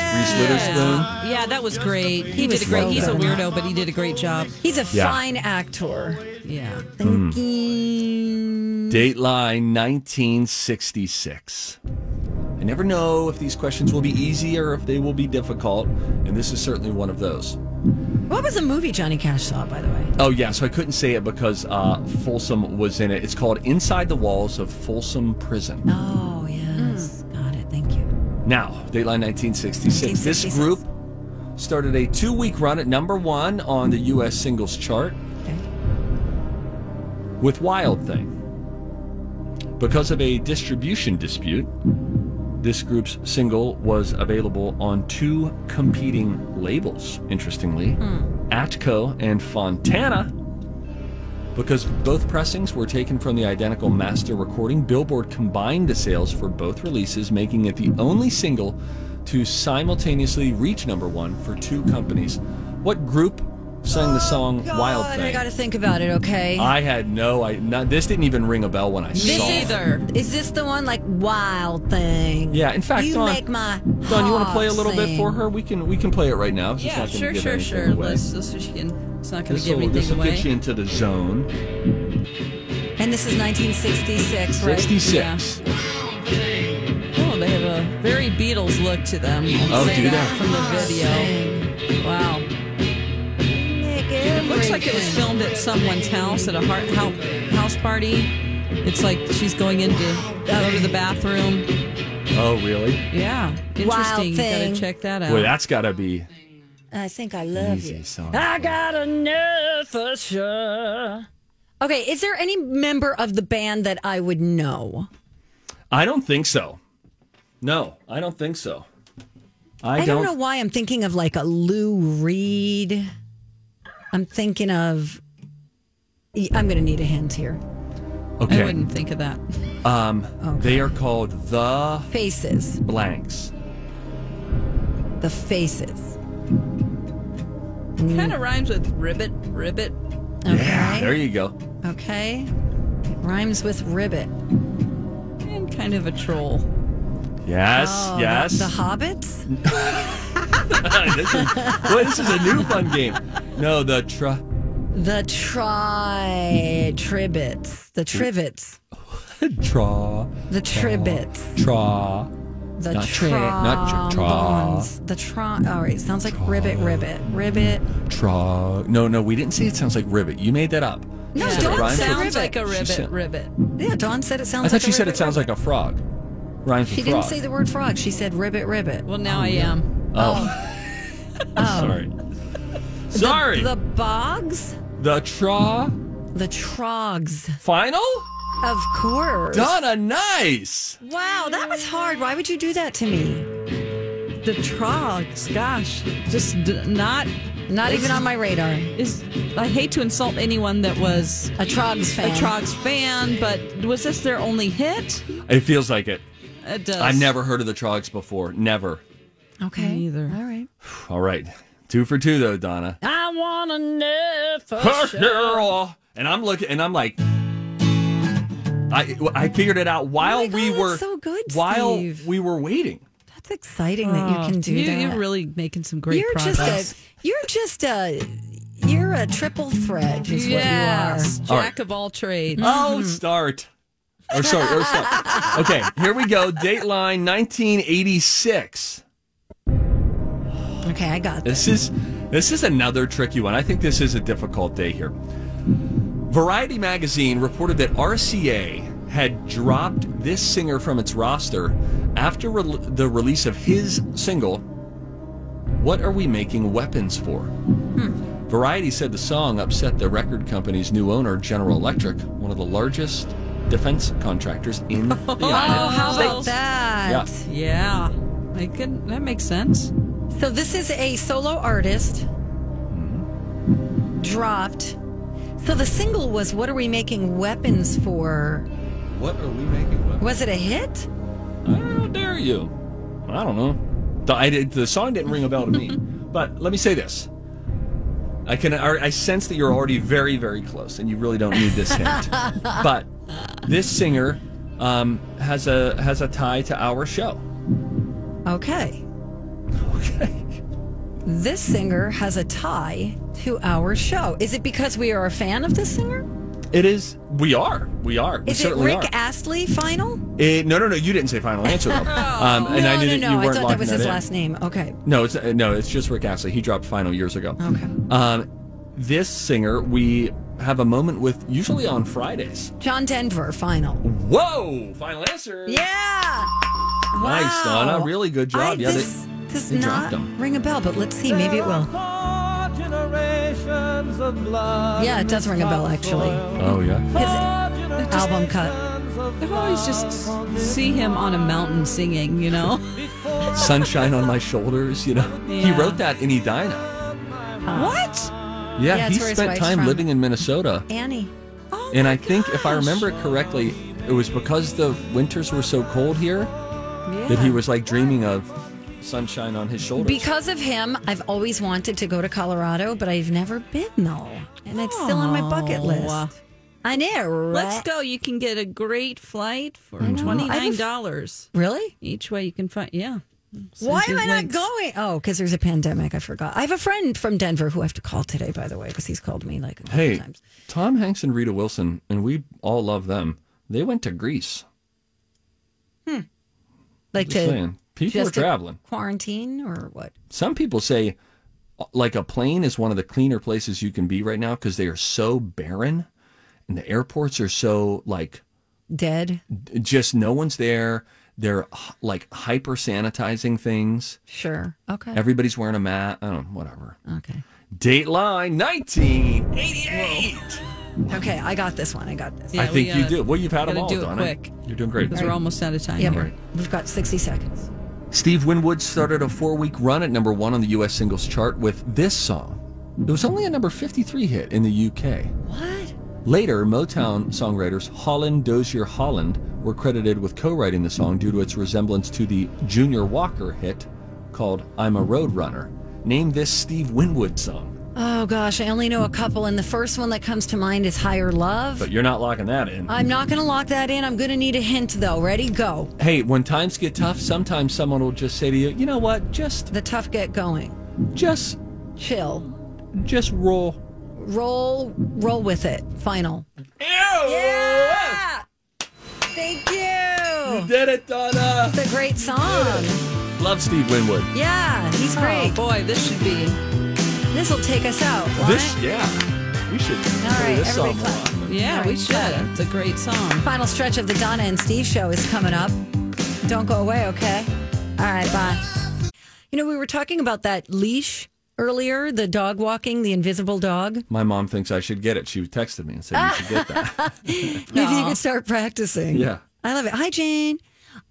Speaker 2: Witherspoon.
Speaker 7: Yeah, that was great. He,
Speaker 1: was
Speaker 7: did a great.
Speaker 1: so
Speaker 7: he's a
Speaker 1: good.
Speaker 7: weirdo, but he did a great job.
Speaker 1: he's a
Speaker 2: Yeah.
Speaker 1: fine actor.
Speaker 7: Yeah.
Speaker 1: Thank you.
Speaker 2: Dateline 1966. I never know if these questions will be easy or if they will be difficult, and this is certainly one of those.
Speaker 1: What was the movie Johnny Cash saw, by the way?
Speaker 2: Oh, yeah, so I couldn't say it because uh, Folsom was in it. It's called Inside the Walls of Folsom Prison.
Speaker 1: Oh yes, got it. Thank you.
Speaker 2: Now, Dateline 1966. This
Speaker 1: 1966.
Speaker 2: group started a two week run at number one on the U.S. singles chart
Speaker 1: Okay.
Speaker 2: with Wild Thing. Because of a distribution dispute, this group's single was available on two competing labels, interestingly,
Speaker 1: Hmm.
Speaker 2: Atco and Fontana because both pressings were taken from the identical master recording. Billboard combined the sales for both releases, making it the only single to simultaneously reach number one for two companies. What group sang the song Wild
Speaker 1: Oh, God,
Speaker 2: Thing?
Speaker 1: I got to think about it, okay?
Speaker 2: I had no I no, this didn't even ring a bell when I saw it.
Speaker 1: Is this the one like wild thing?
Speaker 2: Yeah, in fact,
Speaker 1: you
Speaker 2: Dawn,
Speaker 1: make my
Speaker 2: Dawn, you want to
Speaker 1: heart
Speaker 2: play a little bit
Speaker 1: sing.
Speaker 2: for her? We can we can play it right now. It's just
Speaker 3: Yeah,
Speaker 2: not gonna
Speaker 3: sure,
Speaker 2: give
Speaker 3: sure,
Speaker 2: anything
Speaker 3: sure.
Speaker 2: Away.
Speaker 3: Let's, let's just, can, it's not going to
Speaker 2: This
Speaker 3: give
Speaker 2: will
Speaker 3: anything away.
Speaker 2: get you into the zone.
Speaker 1: And this is 1966, right?
Speaker 2: 66.
Speaker 3: Oh, they have a very Beatles look to them.
Speaker 2: Oh,
Speaker 3: Say
Speaker 2: do
Speaker 3: that
Speaker 2: they?
Speaker 3: from the video. Wow. It looks like it was filmed at someone's house at a heart, hou- house party. It's like she's going into go to the bathroom.
Speaker 2: Oh, really?
Speaker 3: Yeah, interesting. you
Speaker 1: thing.
Speaker 3: gotta check that out.
Speaker 2: Boy, that's got to be
Speaker 1: I think I love
Speaker 2: easy
Speaker 1: you.
Speaker 2: song.
Speaker 1: I got a nerve for sure. Okay, is there any member of the band that I would know?
Speaker 2: I don't think so. No, I don't think so. I,
Speaker 1: don't, know why I'm thinking of like a Lou Reed. I'm thinking of. I'm going to need a hint here.
Speaker 2: Okay.
Speaker 3: I wouldn't think of that.
Speaker 2: Um, they are called the
Speaker 1: Faces.
Speaker 2: blanks.
Speaker 1: The faces. Mm.
Speaker 3: Kind of rhymes with ribbit, ribbit.
Speaker 1: Okay.
Speaker 2: There you go.
Speaker 3: Okay,
Speaker 1: Rhymes with ribbit.
Speaker 3: and kind of a troll.
Speaker 2: Yes,
Speaker 1: Oh, the-
Speaker 2: yes.
Speaker 1: The Hobbits?
Speaker 2: (laughs) this, is, boy, this is a new fun game. No, the tr.
Speaker 1: The tri tribits. The trivets.
Speaker 2: Tra.
Speaker 1: The tribits.
Speaker 2: Tra.
Speaker 1: The
Speaker 2: Not
Speaker 1: tra-
Speaker 2: tri- not tr- tra.
Speaker 1: trombones. The tron. All right, sounds like ribbit, ribbit, ribbit.
Speaker 2: Tra. No, no, we didn't say it sounds like ribbit. You made that up.
Speaker 1: No,
Speaker 2: She said it
Speaker 1: don't
Speaker 2: rhymes with-
Speaker 1: sound
Speaker 3: Sounds like a ribbit,
Speaker 2: said-
Speaker 3: ribbit.
Speaker 1: Yeah, Dawn said it
Speaker 2: I
Speaker 1: sounds.
Speaker 2: thought
Speaker 1: like
Speaker 2: she
Speaker 1: a
Speaker 2: said
Speaker 1: ribbit,
Speaker 2: it sounds like a frog. Rhymes
Speaker 1: She
Speaker 2: with
Speaker 1: didn't
Speaker 2: frog.
Speaker 1: say the word frog. She said ribbit, ribbit.
Speaker 3: Well, now I am.
Speaker 2: Oh. Sorry. Sorry.
Speaker 1: The
Speaker 2: The,
Speaker 1: bogs.
Speaker 2: tra.
Speaker 1: The trogs.
Speaker 2: Final?
Speaker 1: Of course.
Speaker 2: Donna, nice.
Speaker 1: Wow, that was hard. Why would you do that to me?
Speaker 3: The trogs, gosh, just d- not.
Speaker 1: Not
Speaker 3: It's-
Speaker 1: even on my radar.
Speaker 3: Is I hate to insult anyone that was
Speaker 1: A trogs fan.
Speaker 3: a Trogs fan, but was this their only hit?
Speaker 2: It feels like it.
Speaker 3: It does.
Speaker 2: I've never heard of the trogs before. Never.
Speaker 1: Okay.
Speaker 3: either.
Speaker 1: All right.
Speaker 2: All right. Two for two, though, Donna.
Speaker 1: I wanna know for
Speaker 2: And I'm looking, and I'm like, I I figured it out while
Speaker 1: Oh my God,
Speaker 2: we
Speaker 1: that's
Speaker 2: were
Speaker 1: so good,
Speaker 2: while
Speaker 1: Steve. Mm-hmm.
Speaker 2: we were waiting.
Speaker 1: That's exciting that you can do
Speaker 3: Oh, you,
Speaker 1: that.
Speaker 3: You're really making some great
Speaker 1: you're
Speaker 3: progress.
Speaker 1: just a you're just a you're a triple threat is
Speaker 3: yes,
Speaker 2: All
Speaker 3: jack
Speaker 2: right.
Speaker 3: of all trades.
Speaker 1: Mm-hmm.
Speaker 2: Oh, start. Or sorry, or start. Okay, here we go. Dateline 1986.
Speaker 1: what you are. Okay, I got this.
Speaker 2: This is this is another tricky one. I think this is a difficult day here. Variety magazine reported that RCA had dropped this singer from its roster after rel the release of his single "What Are We Making Weapons For."
Speaker 3: Hmm.
Speaker 2: Variety said the song upset the record company's new owner, General Electric, one of the largest defense contractors in
Speaker 3: (laughs)
Speaker 2: the United
Speaker 3: Oh, how
Speaker 2: States.
Speaker 3: about
Speaker 2: Yeah.
Speaker 3: that? Yeah, I can. That makes sense.
Speaker 1: So this is a solo artist
Speaker 2: Mm-hmm.
Speaker 1: dropped. So the single was "What Are We Making Weapons For?"
Speaker 2: What are we making weapons?
Speaker 1: Was it a hit?
Speaker 2: How dare you? I don't know. The, I did, the song didn't ring a bell
Speaker 1: (laughs)
Speaker 2: to me. but let me say this. I can I I sense that you're already very very close, and you really don't need this hint.
Speaker 1: (laughs)
Speaker 2: but this singer um, has a has a tie to our show. (laughs)
Speaker 1: Okay.
Speaker 2: Okay.
Speaker 1: This singer has a tie to our show. Is it because we are a fan of this singer?
Speaker 2: It is. We are. We are. We
Speaker 1: Is it
Speaker 2: certainly
Speaker 1: Rick
Speaker 2: are.
Speaker 1: Astley? Final?
Speaker 2: Eh, no, no, no. You didn't say final
Speaker 1: (laughs)
Speaker 2: answer though. Um, and I
Speaker 1: Oh. no, no,
Speaker 2: knew that
Speaker 1: no.
Speaker 2: you
Speaker 1: I
Speaker 2: weren't
Speaker 1: thought that
Speaker 2: locking
Speaker 1: was his
Speaker 2: in.
Speaker 1: last name. Okay.
Speaker 2: No, it's uh, no, it's just Rick Astley. He dropped Final years ago.
Speaker 1: Okay.
Speaker 2: Um, this singer we have a moment with usually on Fridays.
Speaker 1: John Denver. Final.
Speaker 2: Whoa! Final answer.
Speaker 1: Yeah.
Speaker 2: Nice,
Speaker 1: Wow.
Speaker 2: Donna. Really good
Speaker 1: I,
Speaker 2: job. yeah,
Speaker 1: this does
Speaker 2: they dropped
Speaker 1: not
Speaker 2: him.
Speaker 1: ring a bell, but let's see. Maybe it will.
Speaker 2: Oh,
Speaker 1: Yeah, it does ring a bell actually.
Speaker 2: they- Oh yeah.
Speaker 1: His album cut.
Speaker 3: I always just see him on a mountain singing.
Speaker 1: (laughs)
Speaker 3: You know.
Speaker 2: Sunshine on my shoulders. You know. He
Speaker 3: Yeah.
Speaker 1: Uh,
Speaker 2: wrote that in Edina.
Speaker 3: What?
Speaker 2: Yeah,
Speaker 1: Yeah,
Speaker 2: he
Speaker 1: it's where his
Speaker 2: spent
Speaker 1: wife's
Speaker 2: time
Speaker 1: from.
Speaker 2: living in Minnesota.
Speaker 1: Annie.
Speaker 3: Oh
Speaker 2: and I think, if I remember it correctly, it was because the winters were so cold here that he
Speaker 1: Yeah.
Speaker 2: was like dreaming of sunshine on his shoulders.
Speaker 1: Because of him, I've always wanted to go to Colorado, but I've never been though, and it's still on my bucket
Speaker 3: Oh.
Speaker 1: list. I know. Right?
Speaker 3: Let's go. You can get a great flight for
Speaker 1: I know.
Speaker 3: twenty
Speaker 1: I
Speaker 3: nine
Speaker 1: have
Speaker 3: dollars.
Speaker 1: Really?
Speaker 3: Each way you can find. Yeah. Send
Speaker 1: Why
Speaker 3: you
Speaker 1: am I
Speaker 3: links.
Speaker 1: not going? Oh, because there's a pandemic. I forgot. I have a friend from Denver who I have to call today, by the way, because he's called me like.
Speaker 2: hey, Tom Hanks and Rita Wilson, and we all love them. They went to Greece.
Speaker 1: Like
Speaker 2: Just
Speaker 1: to
Speaker 2: saying. People are
Speaker 1: just to
Speaker 2: traveling.
Speaker 1: Quarantine or what?
Speaker 2: Some people say, uh, like a plane is one of the cleaner places you can be right now because they are so barren, and the airports are so like
Speaker 1: Dead.
Speaker 2: just no one's there. They're h- like hyper sanitizing things.
Speaker 1: Sure. Okay.
Speaker 2: Everybody's wearing a mat. I don't know, whatever.
Speaker 1: Okay.
Speaker 2: Dateline 19.
Speaker 1: Okay, I got this one. I got this.
Speaker 2: I think you do. Well, you've had them all, Donna. You're doing great.
Speaker 1: Because we're almost
Speaker 3: out of time.
Speaker 1: Yeah,
Speaker 2: here.
Speaker 1: we're- we've got 60 seconds.
Speaker 2: Steve Winwood started a four week run at number one on the US singles chart with this song. It was only a number 53 hit in the UK.
Speaker 1: What?
Speaker 2: Later, Motown songwriters Holland Dozier Holland were credited with co writing the song due to its resemblance to the Junior Walker hit called I'm a Road Runner. Name this Steve Winwood song.
Speaker 1: Oh gosh, I only know a couple, and the first one that comes to mind is Higher Love.
Speaker 2: But you're not locking that in.
Speaker 1: I'm not going to lock that in. I'm going to need a hint though. Ready? Go.
Speaker 2: Hey, when times get tough, sometimes someone will just say to you, you know what? Just
Speaker 1: the tough get going.
Speaker 2: Just
Speaker 1: chill.
Speaker 2: Just roll.
Speaker 1: Roll roll with it. Final. Yeah. Thank you. You
Speaker 2: did it, Donna.
Speaker 1: It's a great song.
Speaker 2: Love Steve Winwood.
Speaker 1: Yeah, he's great.
Speaker 3: boy, this should be.
Speaker 1: This will take us out. won't
Speaker 2: This,
Speaker 1: it?
Speaker 2: yeah, we should
Speaker 1: All
Speaker 2: play
Speaker 1: right,
Speaker 2: this song
Speaker 1: everybody
Speaker 2: a
Speaker 1: clap.
Speaker 2: lot.
Speaker 3: Yeah,
Speaker 1: All
Speaker 3: we
Speaker 1: right,
Speaker 3: should.
Speaker 1: clap.
Speaker 3: It's a great song.
Speaker 1: Final stretch of the Donna and Steve show is coming up. Don't go away, okay? All right, bye. You know, we were talking about that leash earlier, the dog walking, the invisible dog.
Speaker 2: My mom thinks I should get it. She texted me and said
Speaker 1: (laughs)
Speaker 2: you should get that.
Speaker 1: Maybe you could start practicing.
Speaker 2: Yeah.
Speaker 1: I love it. Hi, Jane.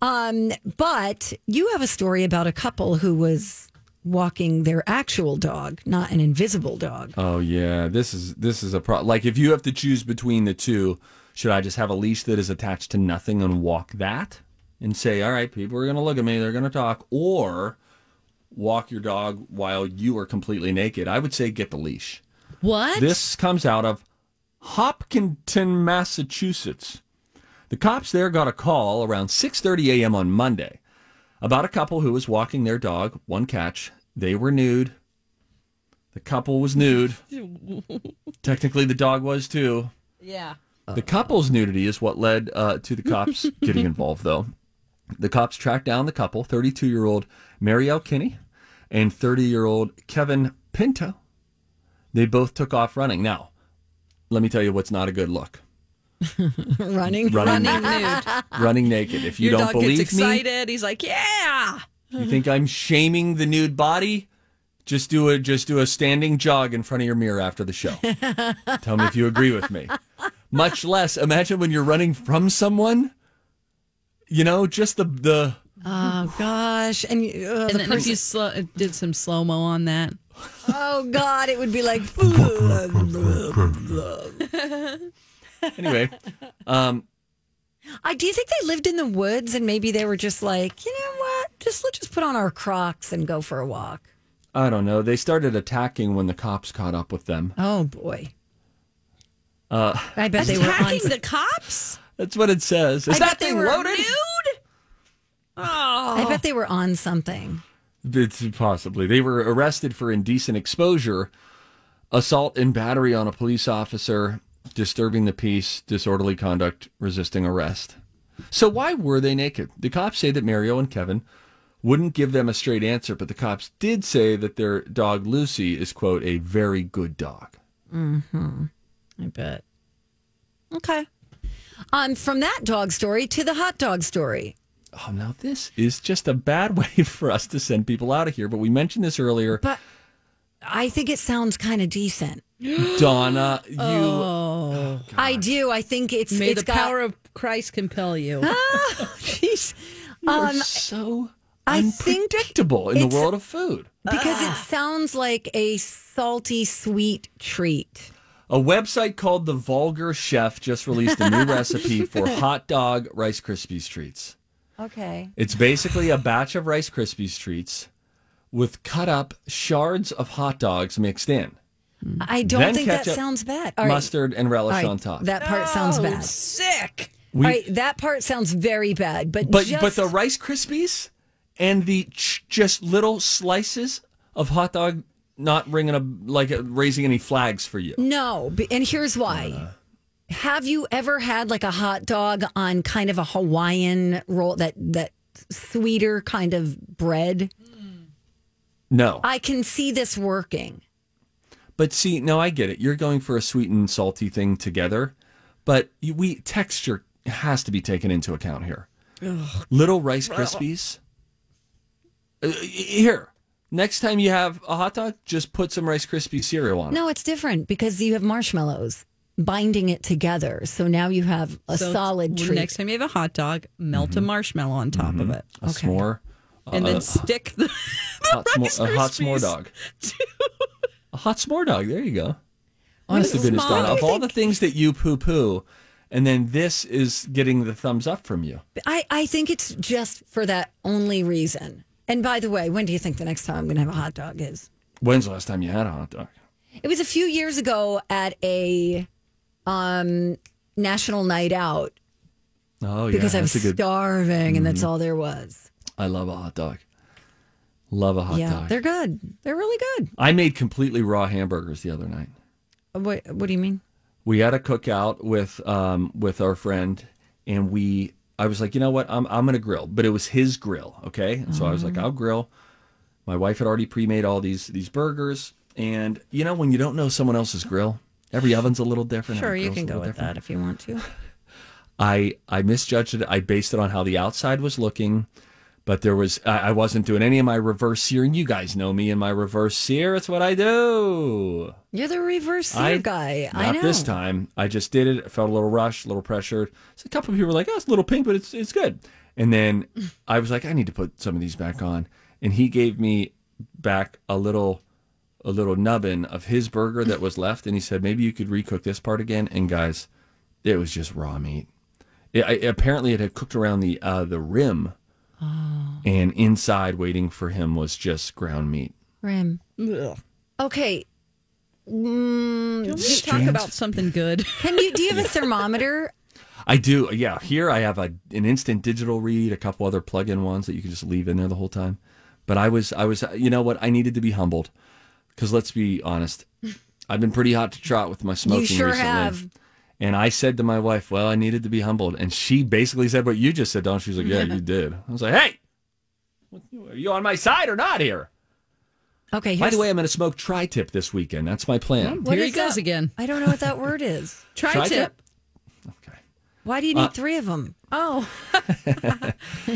Speaker 1: Um, but you have a story about a couple who was walking their actual dog, not an invisible dog.
Speaker 2: Oh yeah, this is this is a pro. Like if you have to choose between the two, should I just have a leash that is attached to nothing and walk that and say, all right, people are gonna look at me, they're gonna talk, or walk your dog while you are completely naked? I would say get the leash.
Speaker 1: What?
Speaker 2: This comes out of Hopkinton, Massachusetts. The cops there got a call around 6:30 a.m. on Monday about a couple who was walking their dog, one catch. They were nude. The couple was
Speaker 3: (laughs)
Speaker 2: nude. Technically the dog was too.
Speaker 3: yeah.
Speaker 2: The couple's nudity is what led uh, to the cops
Speaker 3: (laughs)
Speaker 2: getting involved, though. The cops tracked down the couple, 32 year old Mary L. Kinney and 30 year old Kevin Pinto. They both took off running. Now, let me tell you what's not a good look
Speaker 1: running,
Speaker 2: (laughs) Running
Speaker 3: (laughs) nude.
Speaker 2: running naked. If you
Speaker 3: Your
Speaker 2: don't
Speaker 3: dog gets
Speaker 2: believe me,
Speaker 3: excited. He's like, yeah.
Speaker 2: you
Speaker 1: Mm-hmm.
Speaker 2: think I'm shaming the nude body? Just do a just do a standing jog in front of your mirror after
Speaker 1: (laughs)
Speaker 2: the show. Tell me if you agree with me. Much less imagine when you're running from someone. You know, just the the
Speaker 1: Oh gosh! And, you- uh,
Speaker 3: and
Speaker 1: the
Speaker 3: then if
Speaker 1: person,
Speaker 3: you slow, it did some slow mo on that.
Speaker 1: oh god, it would be like.
Speaker 2: anyway. Um,
Speaker 1: I do you think they lived in the woods and maybe they were just like, you know what? Just let's just put on our Crocs and go for a walk.
Speaker 2: I don't know. They started attacking when the cops caught up with them.
Speaker 1: Oh boy,
Speaker 2: Uh,
Speaker 1: I bet they were on.
Speaker 3: Attacking the cops?
Speaker 2: that's what it says. Is
Speaker 1: I
Speaker 2: that
Speaker 1: bet they
Speaker 2: thing
Speaker 1: were
Speaker 2: loaded?
Speaker 3: Nude? Oh.
Speaker 1: I bet they were on something.
Speaker 2: It's possibly. They were arrested for indecent exposure, assault and battery on a police officer, disturbing the peace, disorderly conduct, resisting arrest. So why were they naked? The cops say that Mario and Kevin wouldn't give them a straight answer, but the cops did say that their dog Lucy is quote a very good dog.
Speaker 1: Mm-hmm. I bet. Okay. Um, from that dog story to the hot dog story.
Speaker 2: Oh, now this is just a bad (laughs) way for us to send people out of here, but we mentioned this earlier.
Speaker 1: But I think it sounds kind of decent.
Speaker 2: Donna, you
Speaker 3: Oh.
Speaker 1: I do. I think it's
Speaker 3: May
Speaker 1: it's
Speaker 3: the
Speaker 1: got-
Speaker 3: power of Christ compel you.
Speaker 1: Jeez.
Speaker 2: You are so unpredictable in the
Speaker 1: Um, it's-
Speaker 2: world of food.
Speaker 1: Because it sounds like a salty, sweet treat.
Speaker 2: A website called The Vulgar Chef just
Speaker 1: (laughs)
Speaker 2: released a new recipe for hot dog Rice Krispies treats.
Speaker 1: Okay.
Speaker 2: It's basically a batch of Rice Krispies treats with cut up shards of hot dogs mixed in.
Speaker 1: I don't
Speaker 2: Then
Speaker 1: think
Speaker 2: ketchup,
Speaker 1: that sounds bad.
Speaker 2: mustard, and relish
Speaker 1: All right,
Speaker 2: on top.
Speaker 1: That part sounds
Speaker 2: No,
Speaker 1: bad. Oh, Sick.
Speaker 2: We-
Speaker 1: All right, that part sounds very bad. But
Speaker 2: But
Speaker 1: just,
Speaker 2: but the Rice Krispies and the ch- just little slices of hot dog not ringing a like uh, raising any flags for you.
Speaker 1: no. b- And here's why. Have you ever had like a hot dog on kind of a Hawaiian roll that that sweeter kind of bread?
Speaker 2: No.
Speaker 1: I can see this working.
Speaker 2: But see, no, I get it. You're going for a sweet and salty thing together, but you- we texture has to be taken into account here.
Speaker 11: Ugh.
Speaker 2: Little Rice
Speaker 11: Wow.
Speaker 2: Krispies. Uh, here, next time you have a hot dog, just put some Rice Krispie cereal on it.
Speaker 1: No, it's different because you have marshmallows binding it together. So now you have a
Speaker 3: So
Speaker 1: solid
Speaker 3: when
Speaker 1: treat.
Speaker 3: Next time you have a hot dog, melt a marshmallow on top of it.
Speaker 2: A s'more.
Speaker 3: And
Speaker 2: uh,
Speaker 3: then stick the, (laughs)
Speaker 2: hot
Speaker 3: the
Speaker 2: smo-
Speaker 3: Rice
Speaker 2: a hot s'more
Speaker 3: Krispies. (laughs)
Speaker 2: dog. a hot s'more dog. There you go.
Speaker 3: What
Speaker 2: Honest to
Speaker 3: is
Speaker 2: goodness,
Speaker 3: s'more?
Speaker 2: Donna,
Speaker 3: What
Speaker 2: of
Speaker 3: do
Speaker 2: all the things that you poo poo, and then this is getting the thumbs up from you.
Speaker 1: I, I think it's just for that only reason. And by the way, when do you think the next time I'm going to have a hot dog is?
Speaker 2: When's the last time you had a hot dog?
Speaker 1: It was a few years ago at a um, national night out
Speaker 2: Oh, yeah.
Speaker 1: because I was
Speaker 2: that's a good.
Speaker 1: starving and that's
Speaker 2: Mhm.
Speaker 1: all there was.
Speaker 2: I love a hot dog. Love a hot
Speaker 1: yeah,
Speaker 2: dog.
Speaker 1: they're good. They're really good.
Speaker 2: I made completely raw hamburgers the other night.
Speaker 1: What, what do you mean?
Speaker 2: We had a cookout with um with our friend, and we I was like, you know what, I'm I'm gonna grill, but it was his grill, okay. And so I was like,
Speaker 1: Mm-hmm.
Speaker 2: I'll grill. My wife had already pre-made all these these burgers, and you know when you don't know someone else's grill, every oven's a little different.
Speaker 1: Sure,
Speaker 2: every
Speaker 1: you
Speaker 2: grill's
Speaker 1: can
Speaker 2: a
Speaker 1: go
Speaker 2: little
Speaker 1: with
Speaker 2: different.
Speaker 1: that if you want to.
Speaker 2: I I misjudged it. I based it on how the outside was looking, but there was I, I wasn't doing any of my reverse searing. You guys know me and my reverse sear. It's what I do.
Speaker 1: You're the reverse sear
Speaker 2: I-
Speaker 1: guy. I
Speaker 2: Not
Speaker 1: know.
Speaker 2: this time. I just did it. I felt a little rush, a little pressure. So a couple of people were like, "Oh, it's a little pink, but it's it's good." And then I was like, "I need to put some of these back on." And he gave me back a little a little nubbin of his burger that was left, and he said, "Maybe you could recook this part again." And guys, it was just raw meat. It, I, apparently, it had cooked around the uh, the rim,
Speaker 1: Oh.
Speaker 2: and inside waiting for him was just ground meat.
Speaker 1: Rim. Okay. Mm,
Speaker 3: Can we
Speaker 1: do-
Speaker 3: talk about something good?
Speaker 1: Can you? Do you
Speaker 2: (laughs)
Speaker 1: have a thermometer?
Speaker 2: I do. Yeah, here I have a, an instant digital read, a couple other plug-in ones that you can just leave in there the whole time. But I was, I was, you know what? I needed to be humbled because let's be honest, I've been pretty hot to trot with my smoking
Speaker 1: sure
Speaker 2: recently.
Speaker 1: have.
Speaker 2: And I said to my wife, "Well, I needed to be humbled," and she basically said what you just said, Don. She was like,
Speaker 1: (laughs)
Speaker 2: "Yeah, you did." I was like, "Hey, are you on my side or not here?"
Speaker 1: Okay.
Speaker 2: By
Speaker 1: here's-
Speaker 2: the way, I'm going to smoke tri-tip this weekend. That's my plan.
Speaker 1: What
Speaker 3: Here he
Speaker 1: is
Speaker 3: goes
Speaker 1: that?
Speaker 3: again.
Speaker 1: I don't know what that word
Speaker 2: (laughs)
Speaker 1: is.
Speaker 3: Tri tip.
Speaker 1: Why do you need
Speaker 2: Uh,
Speaker 1: three of them?
Speaker 2: (laughs)
Speaker 1: (laughs)
Speaker 3: Oh.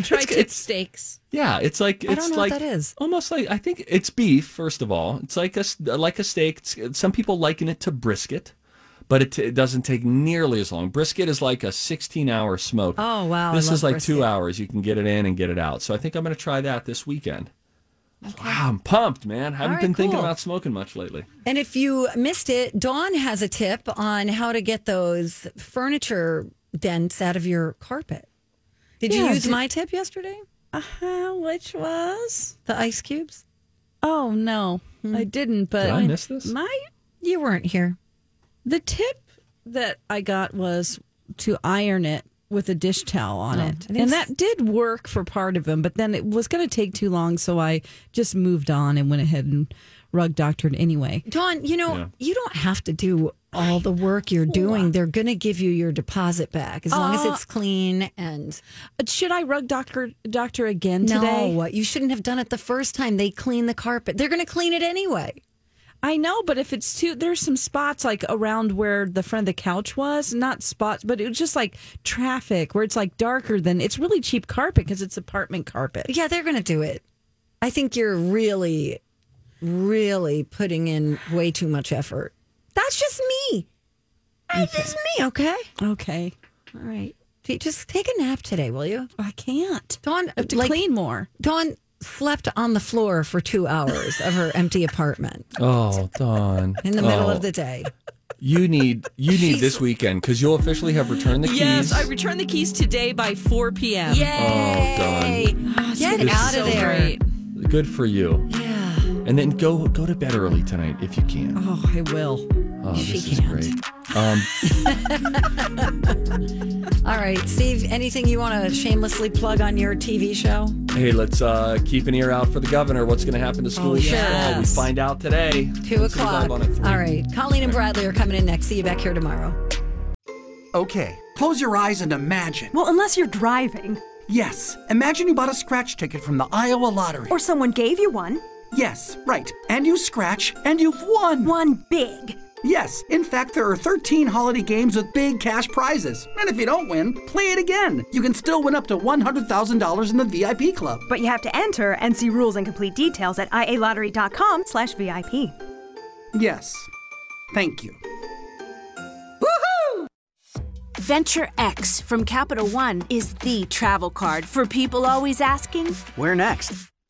Speaker 3: Tri tip steaks.
Speaker 2: Yeah, it's like
Speaker 3: I
Speaker 2: it's
Speaker 3: don't know what
Speaker 2: like
Speaker 3: that is.
Speaker 2: almost like I think it's beef. First of all, it's like a s- like a steak. It's- some people liken it to brisket, but it, it doesn't take nearly as long. Brisket is like a sixteen-hour smoke.
Speaker 1: Oh, wow, I
Speaker 2: This
Speaker 1: love
Speaker 2: is like
Speaker 1: brisket.
Speaker 2: two hours. You can get it in and get it out. So I think I'm going to try that this weekend. Wow, I'm pumped, man. haven't
Speaker 1: right,
Speaker 2: been thinking
Speaker 1: cool.
Speaker 2: about smoking much lately.
Speaker 1: And if you missed it, Dawn has a tip on how to get those furniture dents out of your carpet. Did you
Speaker 3: Yeah,
Speaker 1: use
Speaker 3: did-
Speaker 1: my tip yesterday?
Speaker 3: Uh, (laughs) which was?
Speaker 1: The ice cubes?
Speaker 3: Oh, no. I didn't, but.
Speaker 1: Did I miss this?
Speaker 3: My,
Speaker 1: You weren't here.
Speaker 3: the tip that I got was to iron it with a dish towel on
Speaker 1: Oh, I
Speaker 3: it.
Speaker 1: didn't
Speaker 3: And
Speaker 1: s-
Speaker 3: that did work for part of them, but then it was going to take too long, so I just moved on and went ahead and rug doctored anyway.
Speaker 1: Dawn, you know,
Speaker 3: Yeah.
Speaker 1: you don't have to do all the work you're doing. They're going to give you your deposit back as long as
Speaker 3: Uh,
Speaker 1: it's clean and
Speaker 3: Uh, Should I rug doctor doctor again
Speaker 1: no,
Speaker 3: today?
Speaker 1: you shouldn't have done it the first time they clean the carpet. They're going to clean it anyway.
Speaker 3: I know, but if it's too, there's some spots like around where the front of the couch was, not spots, but it was just like traffic where it's like darker than it's really cheap carpet because it's apartment carpet.
Speaker 1: Yeah, they're going to do it. I think you're really, really putting in way too much effort. That's just me. That's just me, okay?
Speaker 3: Okay. All right.
Speaker 1: T- Just take a nap today, will you?
Speaker 3: I can't.
Speaker 1: Dawn,
Speaker 3: I have to
Speaker 1: like-
Speaker 3: clean more.
Speaker 1: Dawn, slept on the floor for two hours of her empty apartment
Speaker 2: Oh, Dawn.
Speaker 1: in the middle
Speaker 2: Oh.
Speaker 1: of the day.
Speaker 2: You need you need this weekend because you'll officially have returned the keys.
Speaker 3: Yes, I returned the keys today by 4 p.m.
Speaker 2: Oh, Dawn.
Speaker 3: Ah,
Speaker 1: Get
Speaker 3: this is
Speaker 1: out of
Speaker 3: so
Speaker 1: there.
Speaker 3: great.
Speaker 2: Good for you. Yeah. And then go go to bed early tonight if you can.
Speaker 3: Oh, I will.
Speaker 2: Oh, this
Speaker 1: She
Speaker 2: is
Speaker 1: can't.
Speaker 2: great. Um,
Speaker 1: All right, Steve, anything you want to shamelessly plug on your TV show?
Speaker 2: hey, let's uh, keep an ear out for the governor. What's going to happen to schools? this fall? We
Speaker 1: Oh, yes.
Speaker 2: find out today.
Speaker 1: Two
Speaker 2: It's live
Speaker 1: o'clock.
Speaker 2: on at three.
Speaker 1: All right, Colleen and Bradley are coming in next. See you back here tomorrow.
Speaker 8: Okay, close your eyes and imagine.
Speaker 12: Well, unless you're driving.
Speaker 8: Yes, imagine you bought a scratch ticket from the Iowa lottery.
Speaker 12: Or someone gave you one.
Speaker 8: Yes, right. And you scratch, and you've won.
Speaker 12: Won big.
Speaker 8: Yes, in fact, there are 13 holiday games with big cash prizes. And if you don't win, play it again. You can still win up to $100,000 in the VIP club.
Speaker 12: But you have to enter and see rules and complete details at ialottery.com slash VIP.
Speaker 8: Yes. Thank you.
Speaker 6: Woohoo! Venture X from Capital One is the travel card for people always asking,
Speaker 13: Where next?